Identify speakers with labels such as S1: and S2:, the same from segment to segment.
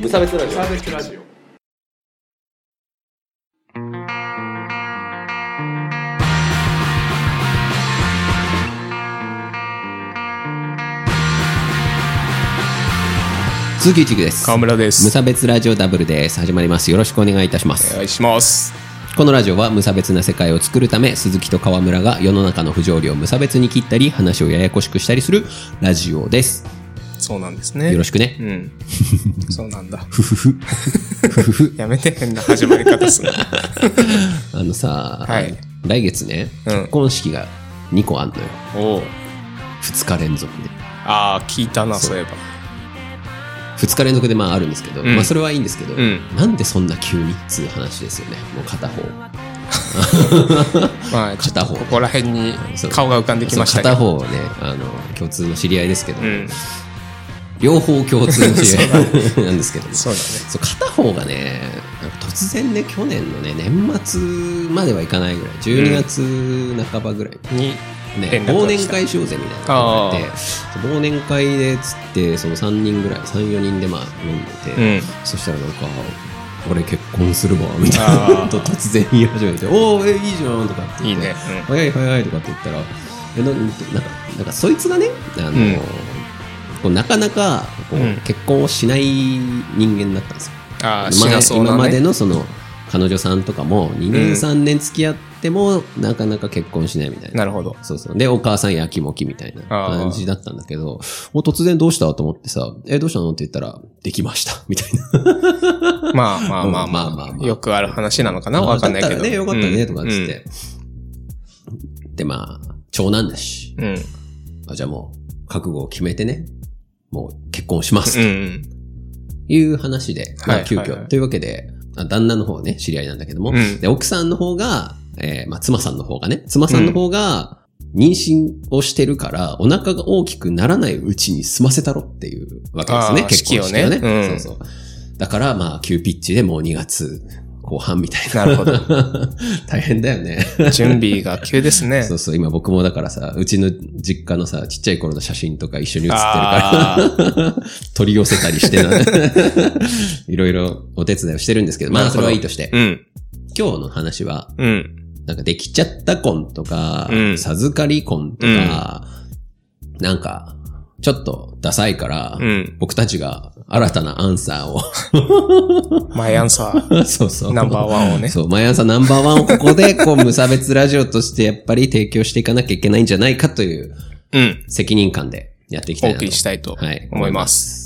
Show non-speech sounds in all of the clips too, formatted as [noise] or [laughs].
S1: 無差別ラジオ
S2: サービスラジオ
S3: 通級地区です
S4: 川村です
S3: 無差別ラジオダブルです始まりますよろしくお願いいたしま
S4: お
S3: す
S4: 願いします
S3: このラジオは無差別な世界を作るため鈴木と川村が世の中の不条理を無差別に切ったり話をややこしくしたりするラジオです
S4: そうなんですね
S3: よろしくね
S4: うんそうなんだ [laughs] やめて変な始まり方
S3: [laughs]
S4: すんな
S3: あのさ、
S4: はい
S3: 来月ね、
S4: うん
S3: 結婚式が2個あんのよ
S4: おう
S3: 2日連続で
S4: ああ聞いたなそういえば
S3: 2日連続でまああるんですけど、
S4: うん
S3: まあそれはいいんですけど、
S4: うん
S3: なんでそんな急にっつう話ですよねもう片方
S4: まあちょっ
S3: 片
S4: と
S3: 方
S4: ここら辺に
S3: そう
S4: 顔が浮かんできましたけ
S3: そう片
S4: ど
S3: 方ねあの共通の知り合いですけど、
S4: うん
S3: 両方共通の知り合いなんですけど
S4: [laughs] そうだね
S3: そう片方がねなんか突然ね去年のね年末まではいかないぐらい12月半ばぐらい、
S4: に
S3: ね、
S4: 連絡
S3: 忘
S4: が
S3: 年
S4: 来た
S3: 会しようぜみたいなことがあって忘年会でつってその3人ぐらい34人でまあ飲んでて、
S4: うん
S3: そしたらなんか「俺結婚するわ」みたい
S4: あー
S3: なことを突然言い始めて「おおえいいじゃん」とかって
S4: い
S3: 言
S4: い
S3: って
S4: ね
S3: 早い早いとかって言ったらえななんかなんかそいつがねあの、
S4: ん
S3: こうなかなかこう、
S4: うん
S3: 結婚をしない人間だったんですよ。
S4: うんああし
S3: 前
S4: なそう
S3: 今
S4: な
S3: まで
S4: ね
S3: のその彼女さんとかも2
S4: うん
S3: 年3年付き合ってもなかなか結婚しないみたいな。
S4: なるほど
S3: そうそう。で、お母さんやきもきみたいな感じだったんだけど、もう突然どうしたと思ってさ、え、どうしたのって言ったら、できました。 [laughs] みたいな。
S4: まあまあまあ
S3: うんまあ
S4: ま
S3: まあま
S4: あ
S3: あ
S4: よくある話なのかなわかんないけど
S3: だったらね、よかったね、
S4: うん
S3: とかっつって。で、まあ、長男だし、
S4: うんうん
S3: あじゃあもう、覚悟を決めてね、もう結婚します。
S4: う
S3: と
S4: ん
S3: いう話で、ま
S4: は
S3: あ、
S4: い
S3: 急
S4: はいは
S3: 遽。
S4: い
S3: というわけで、あ旦那の方ね、知り合いなんだけども、
S4: うん
S3: で、奥さんの方が、えーまあ、妻さんの方がね、妻さんの方が、妊娠をしてるから、お腹が大きくならないうちに済ませたろっていうわけですね
S4: あー、
S3: 結婚式をね。
S4: 式をねうん
S3: そうそう。だから、まあ、急ピッチでもう2月後半みたいな。
S4: なるほ
S3: [laughs] 大変だ
S4: [laughs]
S3: よね。 [laughs]
S4: 準備が急ですね
S3: そうそう、今僕もだからさ、うちの実家のさ、ちっちゃい頃の写真とか一緒に写ってるから、
S4: ああ
S3: [laughs] 取り寄せたりしてな、 [laughs] いろいろお手伝いをしてるんですけど、ま
S4: な
S3: あ
S4: るほ
S3: そ
S4: ど
S3: れはいいとして、
S4: うん
S3: 今日の話は、
S4: うん
S3: なんかできちゃった婚とか、
S4: うん
S3: 授かり婚とか、なんか、ちょっとダサいから、
S4: うん
S3: 僕たちが新たなアンサ
S4: 毎朝
S3: [laughs] ーを、 [laughs] そうそう。
S4: ナンバーワンをね
S3: そう、毎朝ナンバーワンをこ
S4: [laughs]
S3: こで、こう、無差別ラジオとしてやっぱり提供していかなきゃいけないんじゃないかという
S4: うん
S3: 責任感でやっていきた
S4: お
S3: いな
S4: 送
S3: と
S4: りしたいと
S3: はい。
S4: 思います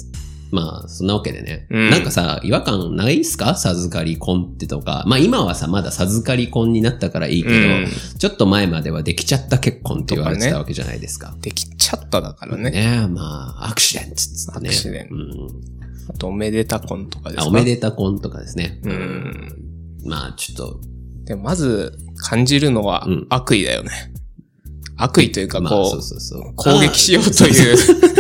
S3: まあ、そんなわけでね。
S4: うん
S3: なんかさ、違和感ないっすか授かり婚ってとか。まあ今はさ、まだ授かり婚になったからいいけど、
S4: うん
S3: ちょっと前まではできちゃった結婚って言われてたわけじゃないですか。
S4: できちゃっただから
S3: ね
S4: ね。
S3: えまあ、アクシデントっつってね。
S4: アクシデント
S3: うん
S4: あと、おめでた婚とかです
S3: あ
S4: か
S3: おめでた婚とかですね。
S4: うん。
S3: まあ、ちょっと、
S4: でもまず感じるのは
S3: うん
S4: 悪意だよね。悪意というか、
S3: まあ、そ
S4: こ
S3: う
S4: う、
S3: そうそう。
S4: 攻撃しよう
S3: あ
S4: という、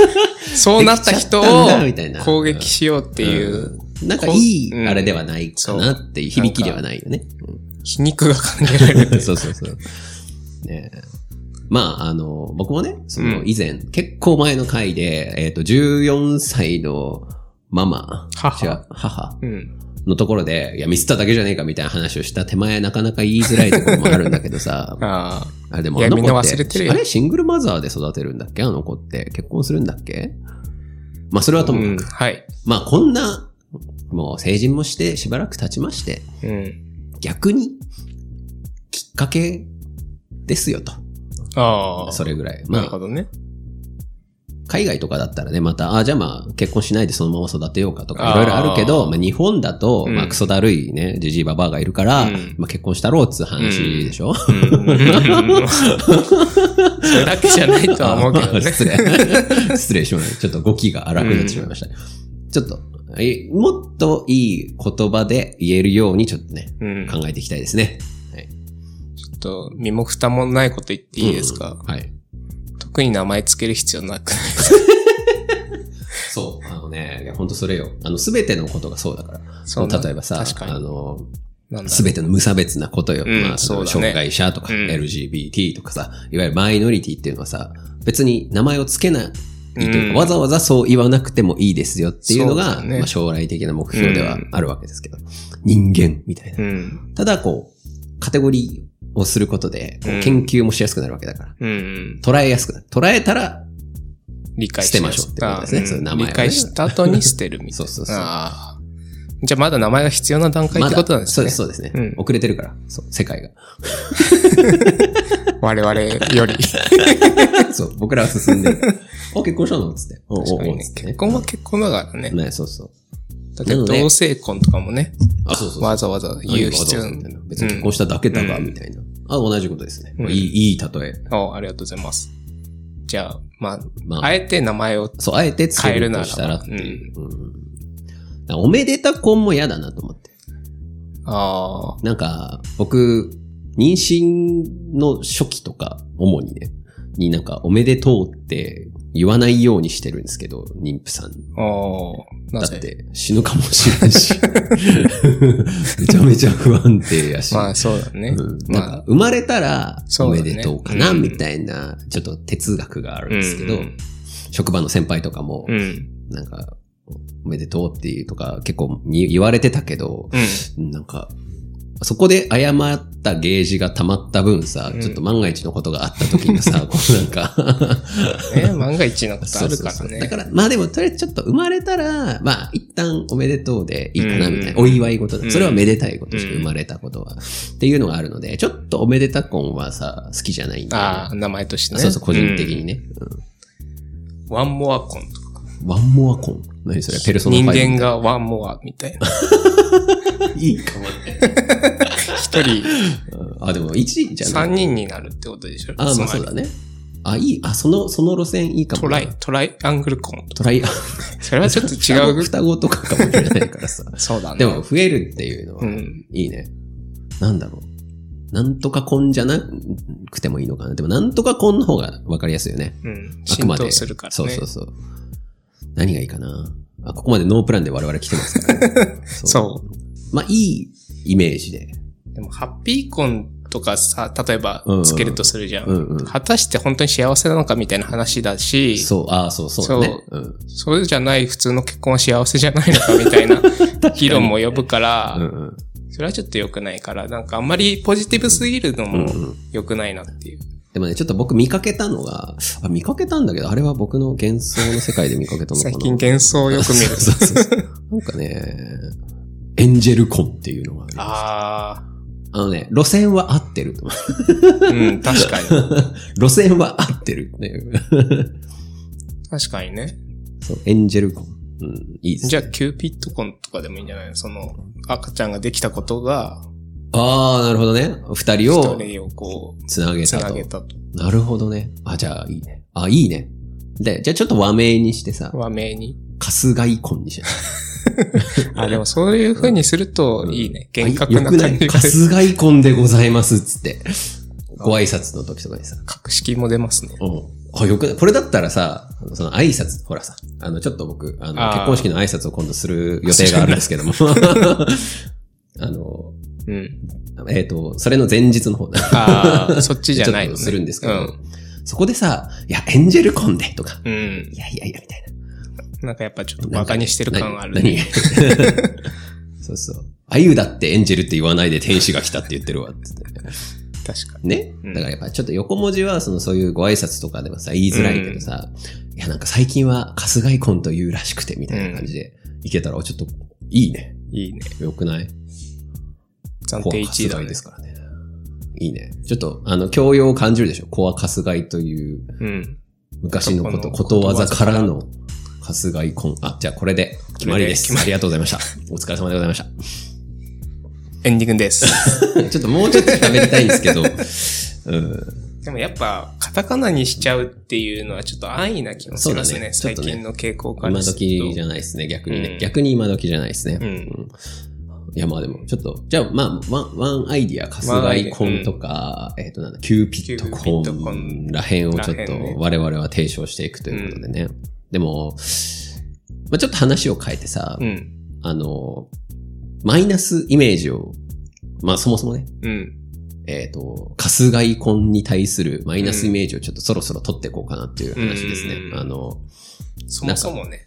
S4: [laughs] そうなった人を
S3: できちゃったんだみたいな
S4: 攻撃しようっていう、
S3: うんなんかいい、
S4: うん
S3: あれではないかなっていう響きではないよね。
S4: 皮肉が感じられる。
S3: [laughs] そうそうそう。ねえまあ、あの、僕もね、そう
S4: ん
S3: の以前、結構前の回で、えっ、と、14歳のママ、
S4: 母
S3: 違う母
S4: うん。、
S3: のところで、いや、ミスっただけじゃねえかみたいな話をした手前、なかなか言いづらいところもあるんだけどさ
S4: [laughs] あ
S3: あれでも
S4: いや
S3: あの子って
S4: みんな忘れてるよ
S3: あれシングルマザーで育てるんだっけあの子って。結婚するんだっけまあ、それは
S4: あ。
S3: と
S4: う
S3: もか
S4: ん。
S3: く、
S4: はい。
S3: まあ、こんな、もう成人もしてしばらく経ちまして、
S4: うん。
S3: 逆に、きっかけですよと。
S4: ああ。
S3: それぐらい。ま
S4: なるほ
S3: あ、
S4: どね。
S3: 海外とかだったらね、また、あじゃあまあ、結婚しないでそのまま育てようかと
S4: あー
S3: か、いろいろあるけど、まあ、日本だと、
S4: うん
S3: まあ、クソだるいね、ジジイババアがいるから、
S4: うん
S3: まあ、結婚したろうっつう話でしょ、
S4: うんそれだけじゃないとは
S3: [laughs]
S4: 思うけどね。
S3: 失礼。失礼しました。ちょっと語気が荒くなってしまいました。ちょっと、えもっといい言葉で言えるように、ちょっとね、
S4: うん。ちょ
S3: 考えていきたいですね。
S4: っと、身も蓋もないこと言っていいですか、
S3: はい。
S4: 特に名前つける必要なくない
S3: そう、あのね、いや本当それよ。あの、すべてのことがそうだから。
S4: そうね
S3: 例えばさ
S4: 確、かに
S3: あの、
S4: なんだ
S3: すべての無差別なことよ。
S4: うん
S3: まあ、その
S4: そうだね
S3: 障害者とか、
S4: うん
S3: LGBT とかさ、いわゆるマイノリティっていうのはさ、別に名前をつけないいという
S4: うん
S3: か、わざわざそう言わなくてもいいですよっていうの
S4: そう
S3: が、
S4: だね
S3: まあ、将来的な目標ではあるわけですけど、人間みたいな。
S4: うん。
S3: ただ、こう、カテゴリーをすることで、こ
S4: うん
S3: う研究もしやすくなるわけだから、
S4: うんうん。
S3: 捉えやすくなる。捉えたら、
S4: 理解
S3: 捨てましょうってことですね
S4: あ
S3: その
S4: ん
S3: 名前をね
S4: 理解した後に捨てるみたいな。
S3: そうそうそう
S4: あーじゃあまだ名前が必要な段階っ
S3: ま
S4: て
S3: だ、
S4: ことなんです
S3: そう
S4: ね。
S3: です、そうですね、
S4: うん
S3: 遅れてるから、そう、世界が。 [laughs]
S4: 我々より。
S3: そう、僕らは進んで
S4: [laughs]
S3: る。あ、結婚したのつって。おう
S4: 確
S3: お
S4: か
S3: うお
S4: に
S3: う
S4: ね
S3: つってね
S4: 結婚は結婚だからね。
S3: ね、そうそう。
S4: だって同性婚とかもね、
S3: あ、そうそうそう。
S4: わざわざ言う必要
S3: あ
S4: ない
S3: いことだみたいな別に結婚しただけだが、
S4: うん
S3: みたいな。あ、同じことですね。
S4: うん
S3: いい、いい例え。
S4: あありがとうございます。じゃあ、まあ、
S3: ま
S4: あ
S3: あ、
S4: えて名前を、
S3: そう、あえてつけるとしたらって
S4: 変え
S3: い
S4: る
S3: う。うんだからおめでた婚も嫌だなと思って。
S4: ああ、
S3: なんか、僕、妊娠の初期とか、主にね、になんか、おめでとうって言わないようにしてるんですけど、妊婦さんに。
S4: ああ、な
S3: だっ
S4: ぜ
S3: て、死ぬかもしれない
S4: [laughs]
S3: し。めちゃめちゃ不安定やし。
S4: まあそうだね。
S3: うんなん
S4: ま
S3: か
S4: あ、
S3: 生まれたら
S4: そ
S3: お
S4: う
S3: め
S4: だね
S3: でとうかな、
S4: うん
S3: みたいな、ちょっと哲学があるん
S4: うん
S3: ですけど、職場の先輩とかも
S4: う、ん。
S3: なんか、おめでとうっていうとか結構に言われてたけど、
S4: うん。
S3: なんか、そこで誤ったゲージが溜まった分さ、
S4: うん
S3: ちょっと万が一のことがあった時に
S4: [laughs]
S3: さ、こうなんか、
S4: ね、万が一のこと
S3: そ
S4: あ
S3: う
S4: る
S3: そう
S4: か
S3: そ
S4: ら
S3: うだ
S4: ね
S3: か。ら、まあでも、とりあえずちょっと生まれたら、まあ、一旦おめでとうでいいかな、
S4: うん
S3: みたいな。お祝い事
S4: う
S3: だ。
S4: ん
S3: それはめでたいことして、
S4: うん
S3: 生まれたことは。っていうのがあるので、ちょっとおめでた婚はさ、好きじゃないんだよね
S4: ああ、名前としてね。
S3: そうそう、個人的に
S4: ね。
S3: ね。
S4: ワンモア婚とか。
S3: うんワンモア婚何それペルソナ
S4: 人
S3: ファイブ
S4: 間がワンモアみたいな。
S3: いいかもね。
S4: 一人、
S3: うんあ、でも1位 [laughs] じゃない
S4: 三人になるってことでしょ
S3: あ、
S4: つ
S3: まあ
S4: ま
S3: そう
S4: り
S3: だね。あ、いい。あ、その、その路線いいかも。
S4: トライ、。トライアングル婚とか。
S3: トライ。
S4: それはちょっと
S3: 双
S4: 違
S3: 子
S4: う。
S3: [laughs] 双子とかかもしれないからさ。
S4: そうだね。
S3: でも、増えるっていうのは、
S4: うん
S3: いいね。なんだろう。なんとか婚じゃなくてもいいのかな。でも、なんとか婚の方が分かりやすいよね。
S4: うん。
S3: あく
S4: 浸
S3: まで。
S4: 透するからね。
S3: そうそうそう。何がいいかな。あ、ここまでノープランで我々来てますから、ね。
S4: [laughs]
S3: そ。
S4: そう
S3: まあ、いいイメージで。
S4: でも、ハッピーコンとかさ、例えば
S3: うんうん、
S4: つけるとするじゃん,、
S3: うんうん
S4: 果たして本当に幸せなのかみたいな話だし、そ
S3: そう、ああ、そう、そうだね。う
S4: れじゃない普通の結婚は幸せじゃないのかみたい
S3: [laughs]
S4: な議論も呼ぶから、
S3: ん。うんうん。
S4: それはちょっと良くないから、なんかあんまりポジティブすぎるのも
S3: うんうん
S4: 良くないなっていう。
S3: でもね、ちょっと僕見かけたのが、あ、見かけたんだけど、あれは僕の幻想の世界で見かけたのか
S4: [laughs] 最
S3: な。。
S4: 近幻想をよく見る
S3: [laughs] そうそうそうなんかね、エンジェルコンっていうのがある
S4: あ
S3: あのね、路線は合ってると思う。
S4: あ、うん、確かに。
S3: 路線は合ってるっていう。
S4: 確かにね。
S3: そう、エンジェルコン。うん、いいです。
S4: じゃあ、キューピッドコンとかでもいいんじゃないのその、赤ちゃんができたことが、
S3: ああ、なるほどね。二人
S4: 一
S3: を
S4: 人をこう、
S3: つなげ
S4: つ
S3: た
S4: な
S3: と。
S4: げたと。
S3: なるほどね。あ、じゃあ、いいね。あ、いいね。で、じゃあちょっと和名にしてさ、
S4: 和名に。
S3: カスガイコンにしよ
S4: あ、でもそういう風にするといいね。
S3: う。
S4: 厳格な
S3: あよく
S4: 感じが
S3: カ。スガイコンでございますっつって。ご挨拶の時とかにさ。
S4: 格式も出ますね。
S3: うん。あ、よくないこれだったらさ、あのその挨拶、ほらさ、あの、ちょっと僕、あの、
S4: あー
S3: 結婚式の挨拶を今度する予定があるんですけ
S4: [laughs]
S3: ども。あの、
S4: うん。
S3: えっ、と、それの前日の方だ。
S4: あ [laughs] あ、そっちじゃない
S3: ちょ
S4: の、
S3: っ
S4: ね。
S3: とするんですけど、
S4: うん
S3: そこでさ、いや、エンジェルコンでとか、
S4: うん。
S3: いやいやいや、みたい
S4: なんかやっぱちょっ
S3: な。
S4: と馬鹿にしてる感がある、
S3: 何
S4: ね。
S3: 何 [laughs] そうそう。あゆだってエンジェルって言わないで天使が来たって言ってるわって
S4: 確かに。
S3: ね、
S4: うん
S3: だからやっぱちょっと横文字は、そのそういうご挨拶とかでもさ、言いづらいけどさ、いやなんか最近はカスガイコンというらしくてみたいな感じで、いけたら、おちょっと、いいね。
S4: いいね。
S3: よくない
S4: 暫
S3: コア
S4: 定
S3: カ
S4: 1
S3: ス
S4: 位だ
S3: ガイ
S4: ね
S3: です。からね。いいね。ちょっと、あの、教養を感じるでしょコアカスガイという、
S4: うん。
S3: 昔のこと、
S4: こ
S3: こ
S4: とと
S3: わ
S4: わ
S3: ざ
S4: ざ
S3: からの、カスガイコン。あ、じゃあこれで、決まりです。
S4: これで決ま
S3: ありがとうございました。お疲れ様でございました。 [laughs]
S4: エンディングです。
S3: ちょっともうちょっと喋りたいんですけど、う
S4: [laughs]
S3: ん、
S4: でもやっぱ、カタカナにしちゃうっていうのはちょっと安易な気もします
S3: そう
S4: ね。
S3: だね
S4: 最近の傾向から
S3: 今
S4: すると。
S3: 時じゃないですね、逆にね。
S4: うん
S3: 逆に今時じゃないですね。
S4: うん。
S3: いや、まあでも、ちょっと、じゃあ、まあ、ワン、ワンアイディア、カスガイコンとか、えっ、と、なんだ、キューピッ
S4: キューピ
S3: ト
S4: ッド
S3: コ
S4: コン
S3: ンらへんをちょっ
S4: らへん
S3: と
S4: ね、
S3: 我々は提唱していくということでね。でも、まあちょっと話を変えてさ、
S4: うん。
S3: あの、マイナスイメージを、まあそもそもね、
S4: うん。
S3: えっ、と、カスガイ婚に対するマイナスイメージをちょっとそろそろ取っていこうかなっていう話ですね。
S4: うん
S3: あの、
S4: そもそもね、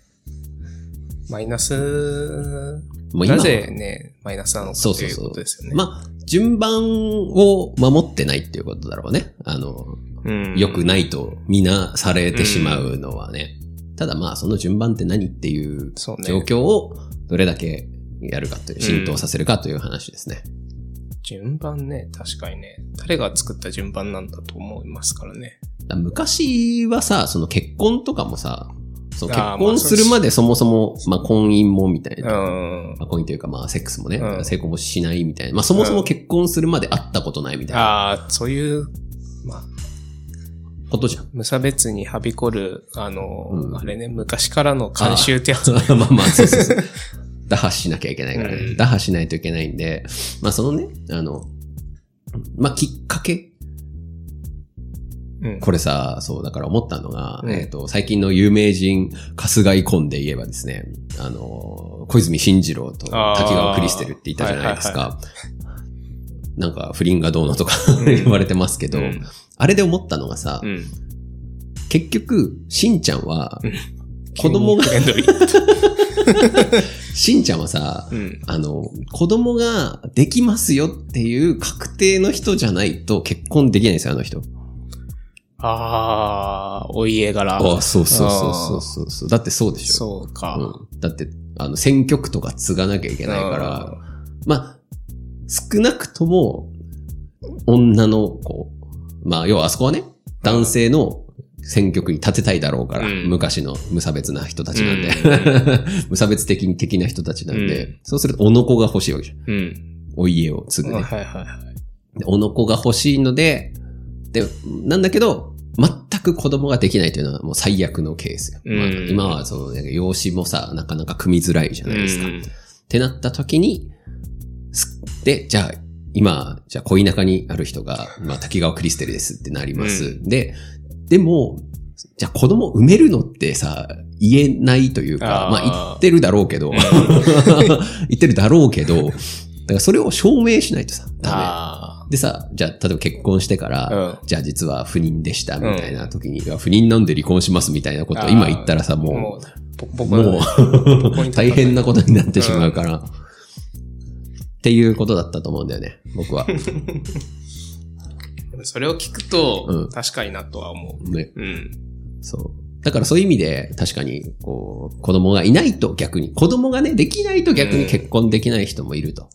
S4: マイナス、
S3: もう
S4: な
S3: 今は
S4: ぜね、マイナスなのか
S3: そう
S4: と
S3: そう
S4: いう
S3: そう
S4: ことですよね。
S3: まあ、順番を守ってないっていうことだろうね。あの、
S4: うん
S3: 良くないとみなされてしまうのはね。ただまあ、その順番って何っていう
S4: そうね
S3: 状況をどれだけやるかという、浸透させるかという話ですね。
S4: 順番ね、確かにね。誰が作った順番なんだと思いますからね。
S3: だから昔はさ、その結婚とかもさ、その結
S4: あーまあ
S3: 婚するまでそもそも、まあ、婚姻もみたいうな。
S4: ん。
S3: まあ、婚姻というか、まあ、セックスもね、
S4: うん
S3: 成功もしないみたいな。まあ、そもそも結婚するまで会ったことないみたいな
S4: ああ、そういう、まあ、
S3: ことじゃん。
S4: 無差別にはびこる、あの、
S3: うん
S4: あれね、昔からの慣習ってやつ。
S3: あまあまあ、 [laughs] そうそうそう。打破しなきゃいけないからね。
S4: うん
S3: 打破しないといけないんで、まあそのね、あの、まあきっかけ、
S4: うん。
S3: これさ、そう、だから思ったのが、
S4: うん
S3: えっ、と、最近の有名人、春日井コンで言えばですね、あの、小泉進次郎と滝
S4: あー
S3: 川クリステルっていたじゃないです
S4: は
S3: か。なんか、不倫がどうのとか
S4: ん
S3: 言われてますけど、
S4: うん
S3: あれで思ったのがさ、
S4: うん。
S3: 結局、しんちゃんは
S4: うん、
S3: 子供が
S4: 急にトレンドリー
S3: しんちゃんはさ、
S4: うん。
S3: あの、子供ができますよっていう確定の人じゃないと結婚できないんですよ、あの人。
S4: ああ、お家柄。
S3: ああ、そうそうそうそうそうそう。だってそうでしょ。
S4: そうか。
S3: うん、だって、あの、選挙区とか継がなきゃいけないから、まあ、少なくとも、女の子、まあ、要はあそこはね、男性の選挙区に立てたいだろうから、
S4: うん
S3: 昔の無差別な人たちなんで、
S4: う
S3: [laughs] 無差別的に的な人たちなんで、
S4: うん
S3: そうすると、おの子が欲しいわけじゃん。
S4: うん。うん。
S3: お家を継ぐね。
S4: はいはいはい。
S3: でおの子が欲しいので、で、なんだけど、全く子供ができないというのはもう最悪のケースよ。
S4: うん
S3: まあ今はその、なんか養子もさ、なかなか組みづらいじゃないですか。
S4: う
S3: っ
S4: ん
S3: てなった時に、すで、じゃあ、今、じゃあ、恋仲にある人が、まあ、滝川クリステルですってなります。
S4: う
S3: で、でも、じゃあ子供産めるのってさ、言えないというか、
S4: あー
S3: まあ言ってるだろうけど、 [laughs] 言ってるだろうけど、だからそれを証明しないとさ、ダメ。
S4: あ
S3: でさ、じゃあ、例えば結婚してから、
S4: うん
S3: じゃあ実は不妊でした、みたいな時に、いや不妊なんで離婚します、みたいなことを今言ったらさ、
S4: あ。
S3: も
S4: もう、ぼ
S3: う、
S4: 僕
S3: も
S4: はこ
S3: う、
S4: に
S3: [laughs] 大変なことになってしまうから、っていうことだったと思うんだよね、
S4: [laughs]
S3: 僕は。
S4: それを聞くと、
S3: うん
S4: 確かになとは思
S3: ね、
S4: う。うん。
S3: そう。だからそういう意味で、確かに、こう、子供がいないと逆に、子供がね、できないと逆に結婚できない人もいると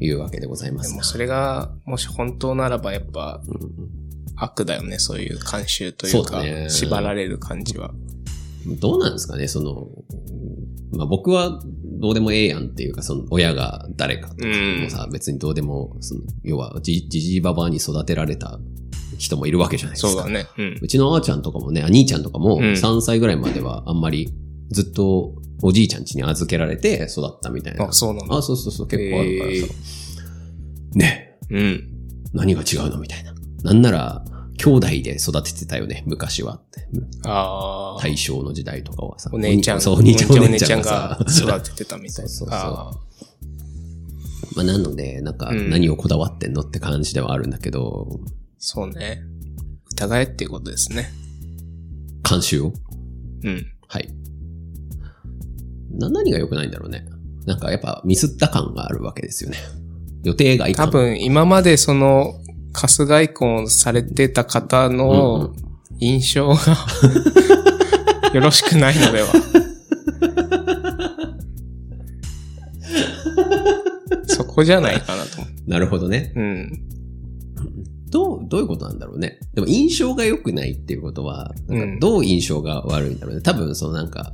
S3: いうわけでございま
S4: ですも
S3: が。
S4: それが、もし本当ならばやっぱ
S3: うん
S4: 悪だよね、そういう慣習という
S3: そう
S4: か
S3: だ、ね
S4: 縛られる感じは。
S3: どうなんですかね、その、まあ、僕はどうでもええやんっていうか、その親が誰かと
S4: う
S3: か
S4: ん
S3: もさ、別にどうでも、その要はじじじいばばあに育てられた人もいるわけじゃないですか。
S4: そうだね。うん。
S3: うちのあーちゃんとかもね、兄ちゃんとかも
S4: うん
S3: 3歳ぐらいまではあんまりずっとおじいちゃん家に預けられて育ったみたいな。
S4: あ、そうなんだ
S3: あ、。そうそうそう、結構あるからさ。ね、
S4: うん。
S3: 何が違うのみたいな。なんなら、兄弟で育ててたよね、昔はって。
S4: ああ。
S3: 大正の時代とかはさ。
S4: お姉ちゃん。
S3: そう、お兄ちゃん、お
S4: お
S3: 姉
S4: 姉
S3: ち
S4: ちゃ
S3: ゃん
S4: ん
S3: がさ
S4: が。育ててたみたいな。
S3: そうそうそう
S4: あ
S3: まあ、なので、なんか、
S4: うん
S3: 何をこだわってんのって感じではあるんだけど、
S4: ーそうね。疑えっていうことですね。
S3: 監修を
S4: うん。
S3: はい。な、何が良くないんだろうね。なんか、やっぱ、ミスった感があるわけですよね。 [laughs] 予定外
S4: 多
S3: 感。
S4: 分、今までその、カス外婚をされてた方
S3: うんう
S4: の印象が、よろしくないのでは。そこじゃないかなと思う。
S3: なるほどね。
S4: うん。
S3: どう、どういうことなんだろうね。でも、印象が良くないっていうことは、な
S4: うん
S3: か
S4: ん
S3: どう印象が悪いんだろうね。多分、そのなんか、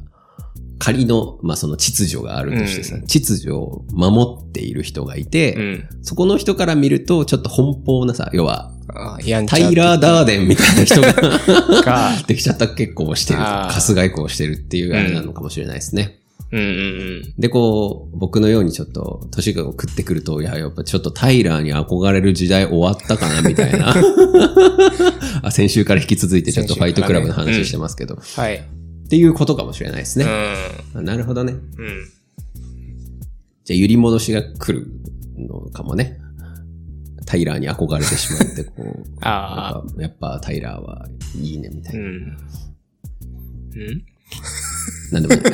S3: 仮の、まあ、その秩序があるとしてさ、
S4: うん
S3: 秩序を守っている人がいて、
S4: うん。
S3: そこの人から見ると、ちょっと奔放なさ、要は、
S4: あやんち
S3: タ
S4: ゃ
S3: イラー・ダーデンみたいな人
S4: [laughs]
S3: が
S4: ーか。
S3: できちゃった結婚をしてると
S4: あ
S3: か、
S4: ー
S3: カス外交をしてるっていうあれなのかもしれないですね。
S4: うんうん
S3: で、こう、僕のようにちょっと、年が食ってくると、いや、やっぱちょっとタイラーに憧れる時代終わったかな、みたい
S4: [laughs]
S3: な。あ先週から引き続いて、ちょっとファイトクラブの話してますけど、
S4: うん。はい。
S3: っていうことかもしれないです
S4: う
S3: ね。
S4: ん。
S3: あなるほどね。
S4: うん。
S3: じゃあ、揺り戻しが来るのかもね。タイラーに憧れてしまって、こう、
S4: ああ、
S3: やっぱやっぱタイラーはいいねみたいうな。
S4: ん。うん
S3: なんでも [laughs] ない。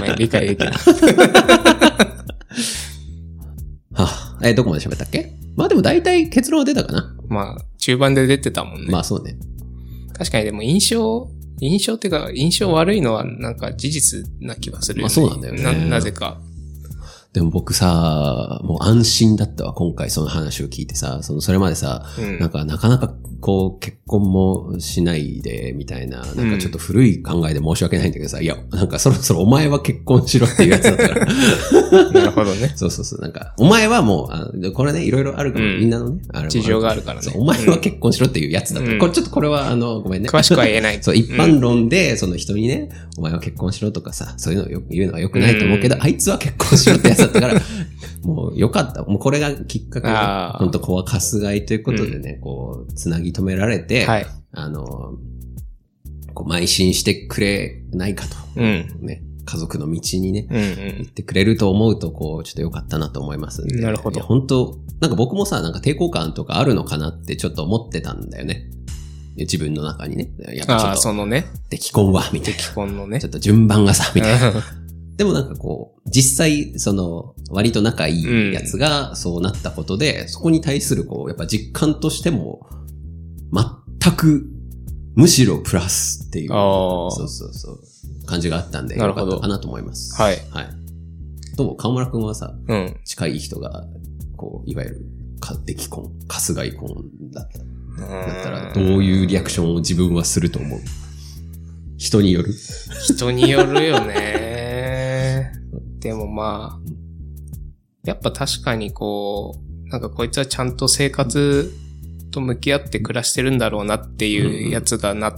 S4: ごめん、理解できない。
S3: はあ、え、どこまで喋ったっけまあでも大体結論は出たかな。
S4: まあ、中盤で出てたもんね。
S3: まあそうね。
S4: 確かにでも印象、印象っていうか、印象悪いのはなんか事実な気がする、
S3: まあそうなんだよね
S4: な、なぜか。
S3: でも僕さ、もう安心だったわ、今回その話を聞いてさ、そのそれまでさ、
S4: うん
S3: なんかなかなかこう結婚もしないで、みたいな、なんかちょっと古い考えで申し訳ないんだけどさ、いや、なんかそろ [laughs] そろお前は結婚しろっていうやつだったから。
S4: [laughs] なるほどね。
S3: そうそうそう、なんか、お前はもう、あこれね、いろいろあるから、
S4: うん
S3: みんなのね、あれも
S4: 事情があるからね
S3: そうお前は結婚しろっていうやつだと。
S4: うん
S3: これちょっとこれは、あの、ごめんね。
S4: 詳しくは言えない
S3: [laughs] そう、一般論で、その人にね、お前は結婚しろとかさ、そういうのをよ言うのは良くないと思うけど、
S4: う
S3: あいつは結婚しろってやつだっ
S4: [laughs]
S3: たから、もう良かった。もうこれがきっかけで
S4: あー、
S3: 本当こはかすがいということでね、こう、つなぎ止められて、
S4: はい。
S3: あの、こう、邁進してくれないかと。
S4: うん。
S3: ね、家族の道にね、
S4: うんう
S3: 言っ
S4: ん。
S3: てくれると思うと、こう、ちょっと良かったなと思いますんで。
S4: なるほど
S3: いや本当なんか僕もさ、なんか抵抗感とかあるのかなってちょっと思ってたんだよね。で自分の中にね。やっぱち
S4: あ
S3: ょ
S4: あ、
S3: っ
S4: そ
S3: と、
S4: のね、
S3: で、既婚は、みたい
S4: 既婚の
S3: な。
S4: ね
S3: ちょ。っと順番がさ、みたいな。
S4: う
S3: でもなんかこう、実際、その、割と仲いいやつがそうなったことで、そこに対するこう、やっぱ実感としても、全く、むしろプラスっていう、
S4: んあ
S3: そうそうそう、感じがあったんで、
S4: なるほど
S3: 良かったかなと思います。
S4: はい
S3: はい。どうも、河村くんはさ、
S4: あ。うん。
S3: 近い人が、こう、いわゆる、か、出来婚、かすがい婚だっただったら、どういうリアクションを自分はすると思う人による
S4: 人によるよ
S3: [laughs]
S4: ね。でもまあ、やっぱ確かにこう、なんかこいつはちゃんと生活と向き合って暮らしてるんだろうなっていうやつがなっ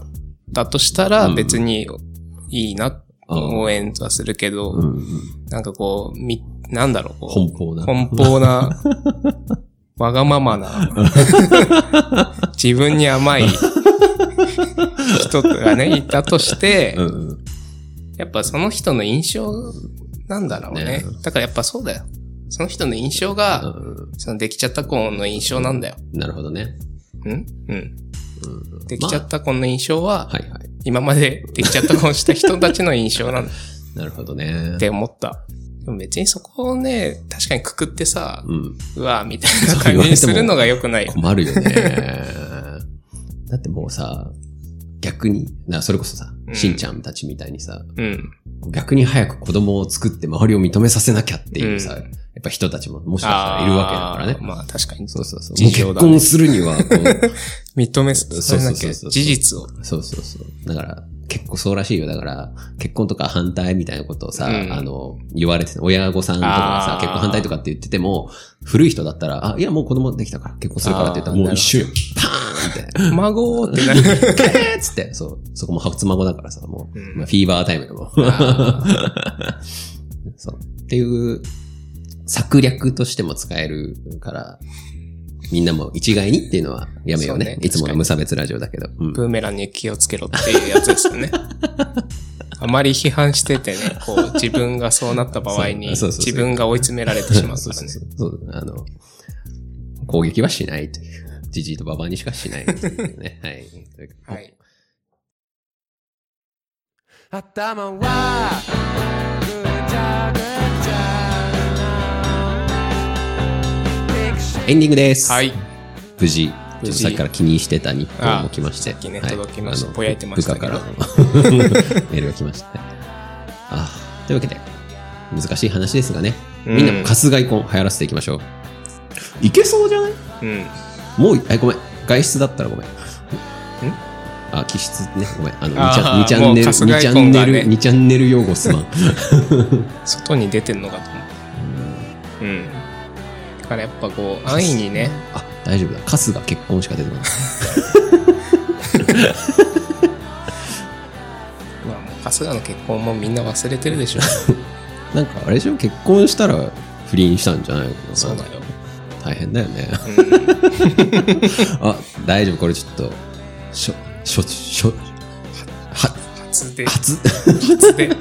S4: たとしたら
S3: うん
S4: 別にいいな、
S3: あー
S4: 応援はするけど、
S3: うんうん。
S4: なんかこう、み、なんだろう、こ
S3: 奔放
S4: う、
S3: な。
S4: 奔放な、わがまま
S3: [laughs]
S4: な、自分に甘い人がね、いたとして、
S3: うんうん。
S4: やっぱその人の印象なんだろうね。
S3: ね
S4: だからやっぱそうだよ。その人の印象が、
S3: うんうん
S4: そのできちゃった婚の印象なんだよ。
S3: なるほどね。
S4: んうん。
S3: うん
S4: できちゃった婚の印象は、
S3: はいはい。
S4: 今までできちゃった婚した人たちの印象なんだ
S3: なるほどね
S4: っ。て思った。でも別にそこをね、確かにくくってさ、
S3: うん。
S4: うわーみたいな感じにするのが良くないよ。
S3: 困るよね。 [laughs] だってもうさ、逆に、なそれこそさ、
S4: うん
S3: しんちゃんたちみたいにさ、
S4: うん。
S3: 逆に早く子供を作って周りを認めさせなきゃっていうさ、
S4: うん
S3: やっぱ人たちももしかしたらいるわけだからね
S4: あー。まあ確かに。
S3: そうそうそう。
S4: 事情
S3: もう結
S4: だね
S3: 婚するにはこう、
S4: 認めされなき
S3: そうそうそう
S4: ゃ
S3: そう
S4: 事実を。
S3: そうそうそう。だから、結構そうらしいよ。だから、結婚とか反対みたいなことをさ、
S4: うん
S3: あの、言われてた、親御さんとかがさ
S4: あ、ー
S3: 結婚反対とかって言ってても、古い人だったら、あ、いや、もう子供できたから、結婚するからって言ったら、
S4: あー
S3: もう一瞬よ。パーンって。
S4: 孫ってなる。
S3: [laughs] えーっつって、そう、そこも初孫だからさ、もう、
S4: うん
S3: まあ、フィーバータイムでも。 [laughs] そう。っていう、策略としても使えるから、みんなも一概にっていうのはやめようね。
S4: そうね
S3: いつもの無差別ラジオだけど。うん
S4: ブーメランに気をつけろっていうやつですよ
S3: [laughs]
S4: ね。あまり批判しててね、こう、自分がそうなった場合に、
S3: [laughs] そうそうそうそう
S4: 自分が追い詰められてしまう
S3: [laughs] そ
S4: か
S3: う
S4: ら
S3: そう
S4: ね。
S3: そうそう。あの、攻撃はしないという。じじいとババアにしかしないとい
S4: [laughs]
S3: うね。はい。
S4: はい。
S1: 頭はぐちゃぐちゃなピクシ
S3: エンディングです。
S4: はい。
S3: 無事。
S4: 無
S3: ちょっと
S4: 事
S3: さっきから気にしてた日報も来まして。
S4: あさっきね
S3: はい
S4: 届きました
S3: あの
S4: ぼやいてました
S3: 部
S4: けど
S3: 下からの
S4: [laughs]
S3: メールが来ましたね。ああというわけで、難しい話ですがね。
S4: うん
S3: みんなも春日イコン流行らせていきましょう。いけそうじゃない
S4: うん。
S3: もう、え、ごめん。外出だったらごめん。あ、気質ね。ごめん。あの、
S4: あー
S3: 2チャンネル、
S4: もう春
S3: 2
S4: 日イ
S3: チャ
S4: コン
S3: ン
S4: が
S3: ネ
S4: ね
S3: ル、2チャンネル用語すまん。
S4: 外に出てんのかと思う。うん。だからやっぱこう、安易にね、
S3: あ、大丈夫だ。カスが結婚しか出てこない。
S4: まあもう春日の結婚もみんな忘れてるでしょ。
S3: [laughs] なんかあれでしょ結婚したら不倫したんじゃないのかな
S4: そうだよ。
S3: 大変だよね。
S4: うん。
S3: あ、大丈夫。これちょっと、しょ、しょ、しょ、は、
S4: 初で、
S3: 初
S4: 初で。
S3: [laughs]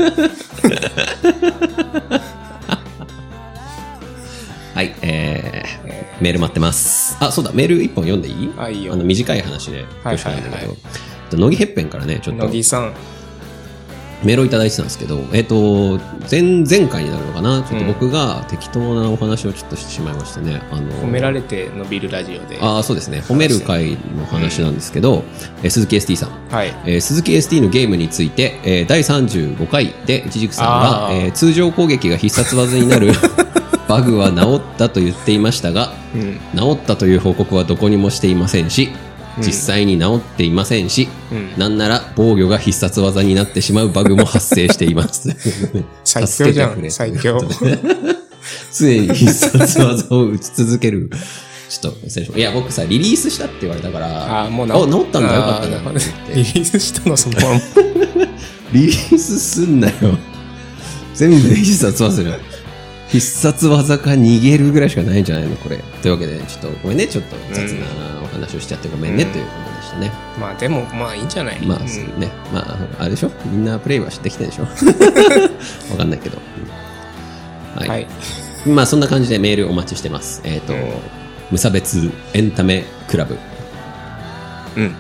S3: はい、え
S4: え
S3: メール待ってます。あ、そうだ、メール一本読んでいい
S4: あ、いいよ
S3: あの、。短い話で
S4: はい
S3: 恐縮なんだけど
S4: は
S3: 乃木へっぺんからね、ちょっと
S4: 乃木さん。
S3: メールをいただいてたんですけど、えっ、と、前、前回になるのかなちょっと僕が適当なお話をちょっとしてしまいましてね。あの
S4: 褒められて伸びるラジオで。
S3: あーそうですね。褒める会の話なんですけど、えー鈴木 ST さん。
S4: はい。
S3: えー鈴木 ST のゲームについて、えー第35回でいちじくさんが
S4: あ、ー
S3: えー通常攻撃が必殺技にな
S4: [laughs]
S3: るバグは治ったと言っていましたが
S4: うん。
S3: 治ったという報告はどこにもしていませんし
S4: うん
S3: 実際に治っていませんし、
S4: うん
S3: なんなら防御が必殺技になってしまうバグも発生しています。
S4: [laughs] 最強じゃ
S3: 助けてくれ
S4: ん。最強。
S3: [laughs] 常に必殺技を打ち続ける。ちょっと、失礼しますいや、僕さ、リリースしたって言われたから、
S4: あー、もう
S3: あ治ったんだよか
S4: あー
S3: った
S4: な
S3: な
S4: るほ
S3: と思っ
S4: ど [laughs]
S3: て
S4: リリースしたの、そのまんま。
S3: リリースすんなよ。全部必殺技じゃん。必殺技か逃げるぐらいしかないんじゃないのこれ。というわけで、ちょっとごめんね。ちょっと雑なお話をしちゃってごめんね。
S4: うん
S3: ということでしたね。
S4: ま [laughs] あ、でも、まあ、いいんじゃない
S3: まあ、
S4: うん
S3: ね。まあ、あれでしょみんなプレイはできてるで
S4: [laughs]
S3: しょわかんないけど。はい。
S4: はい。
S3: まあ、そんな感じでメールお待ちしてます。えっ、と、
S4: うん
S3: 無差別エンタメクラブ。
S4: うん。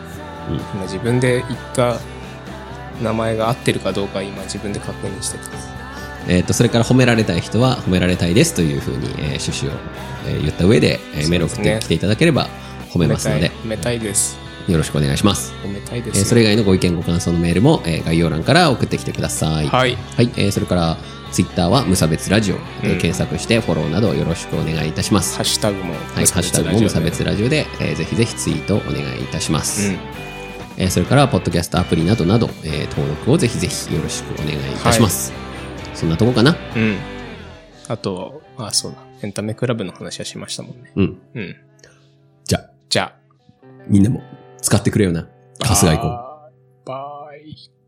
S4: 今自分で言った名前が合ってるかどうか今自分で確認してた。
S3: えっ、と、それから褒められたい人は褒められたいですというふうに、えー趣旨を、えー言った上で、えーメールを送っ
S4: そう
S3: て
S4: ですね
S3: きていただければ褒めますので、
S4: 褒めたいです。
S3: よろしくお願いします。
S4: 褒めたいで
S3: えー
S4: す。
S3: それ以外のご意見、ご感想のメールも、えー概要欄から送ってきてください。い。
S4: はい。
S3: えーそれから、ツイッターは無差別ラジオ、えー
S4: うん
S3: 検索してフォローなどよろしくお願いいたします。
S4: ハッシュタグも、
S3: はい、ハッシュタグも無差別ラジオで、えーぜひぜひツイートお願いいたします。
S4: うん。
S3: えーそれから、ポッドキャストアプリなどなど、えー登録をぜひぜひよろしくお願いいたします。そんなとこかな
S4: うん。あと、あ、そうだ。エンタメクラブの話はしましたもんね。
S3: うん。
S4: うん。
S3: じゃあ、
S4: じゃあ。
S3: みんなも使ってくれよな。春日以降。
S4: バイバイ。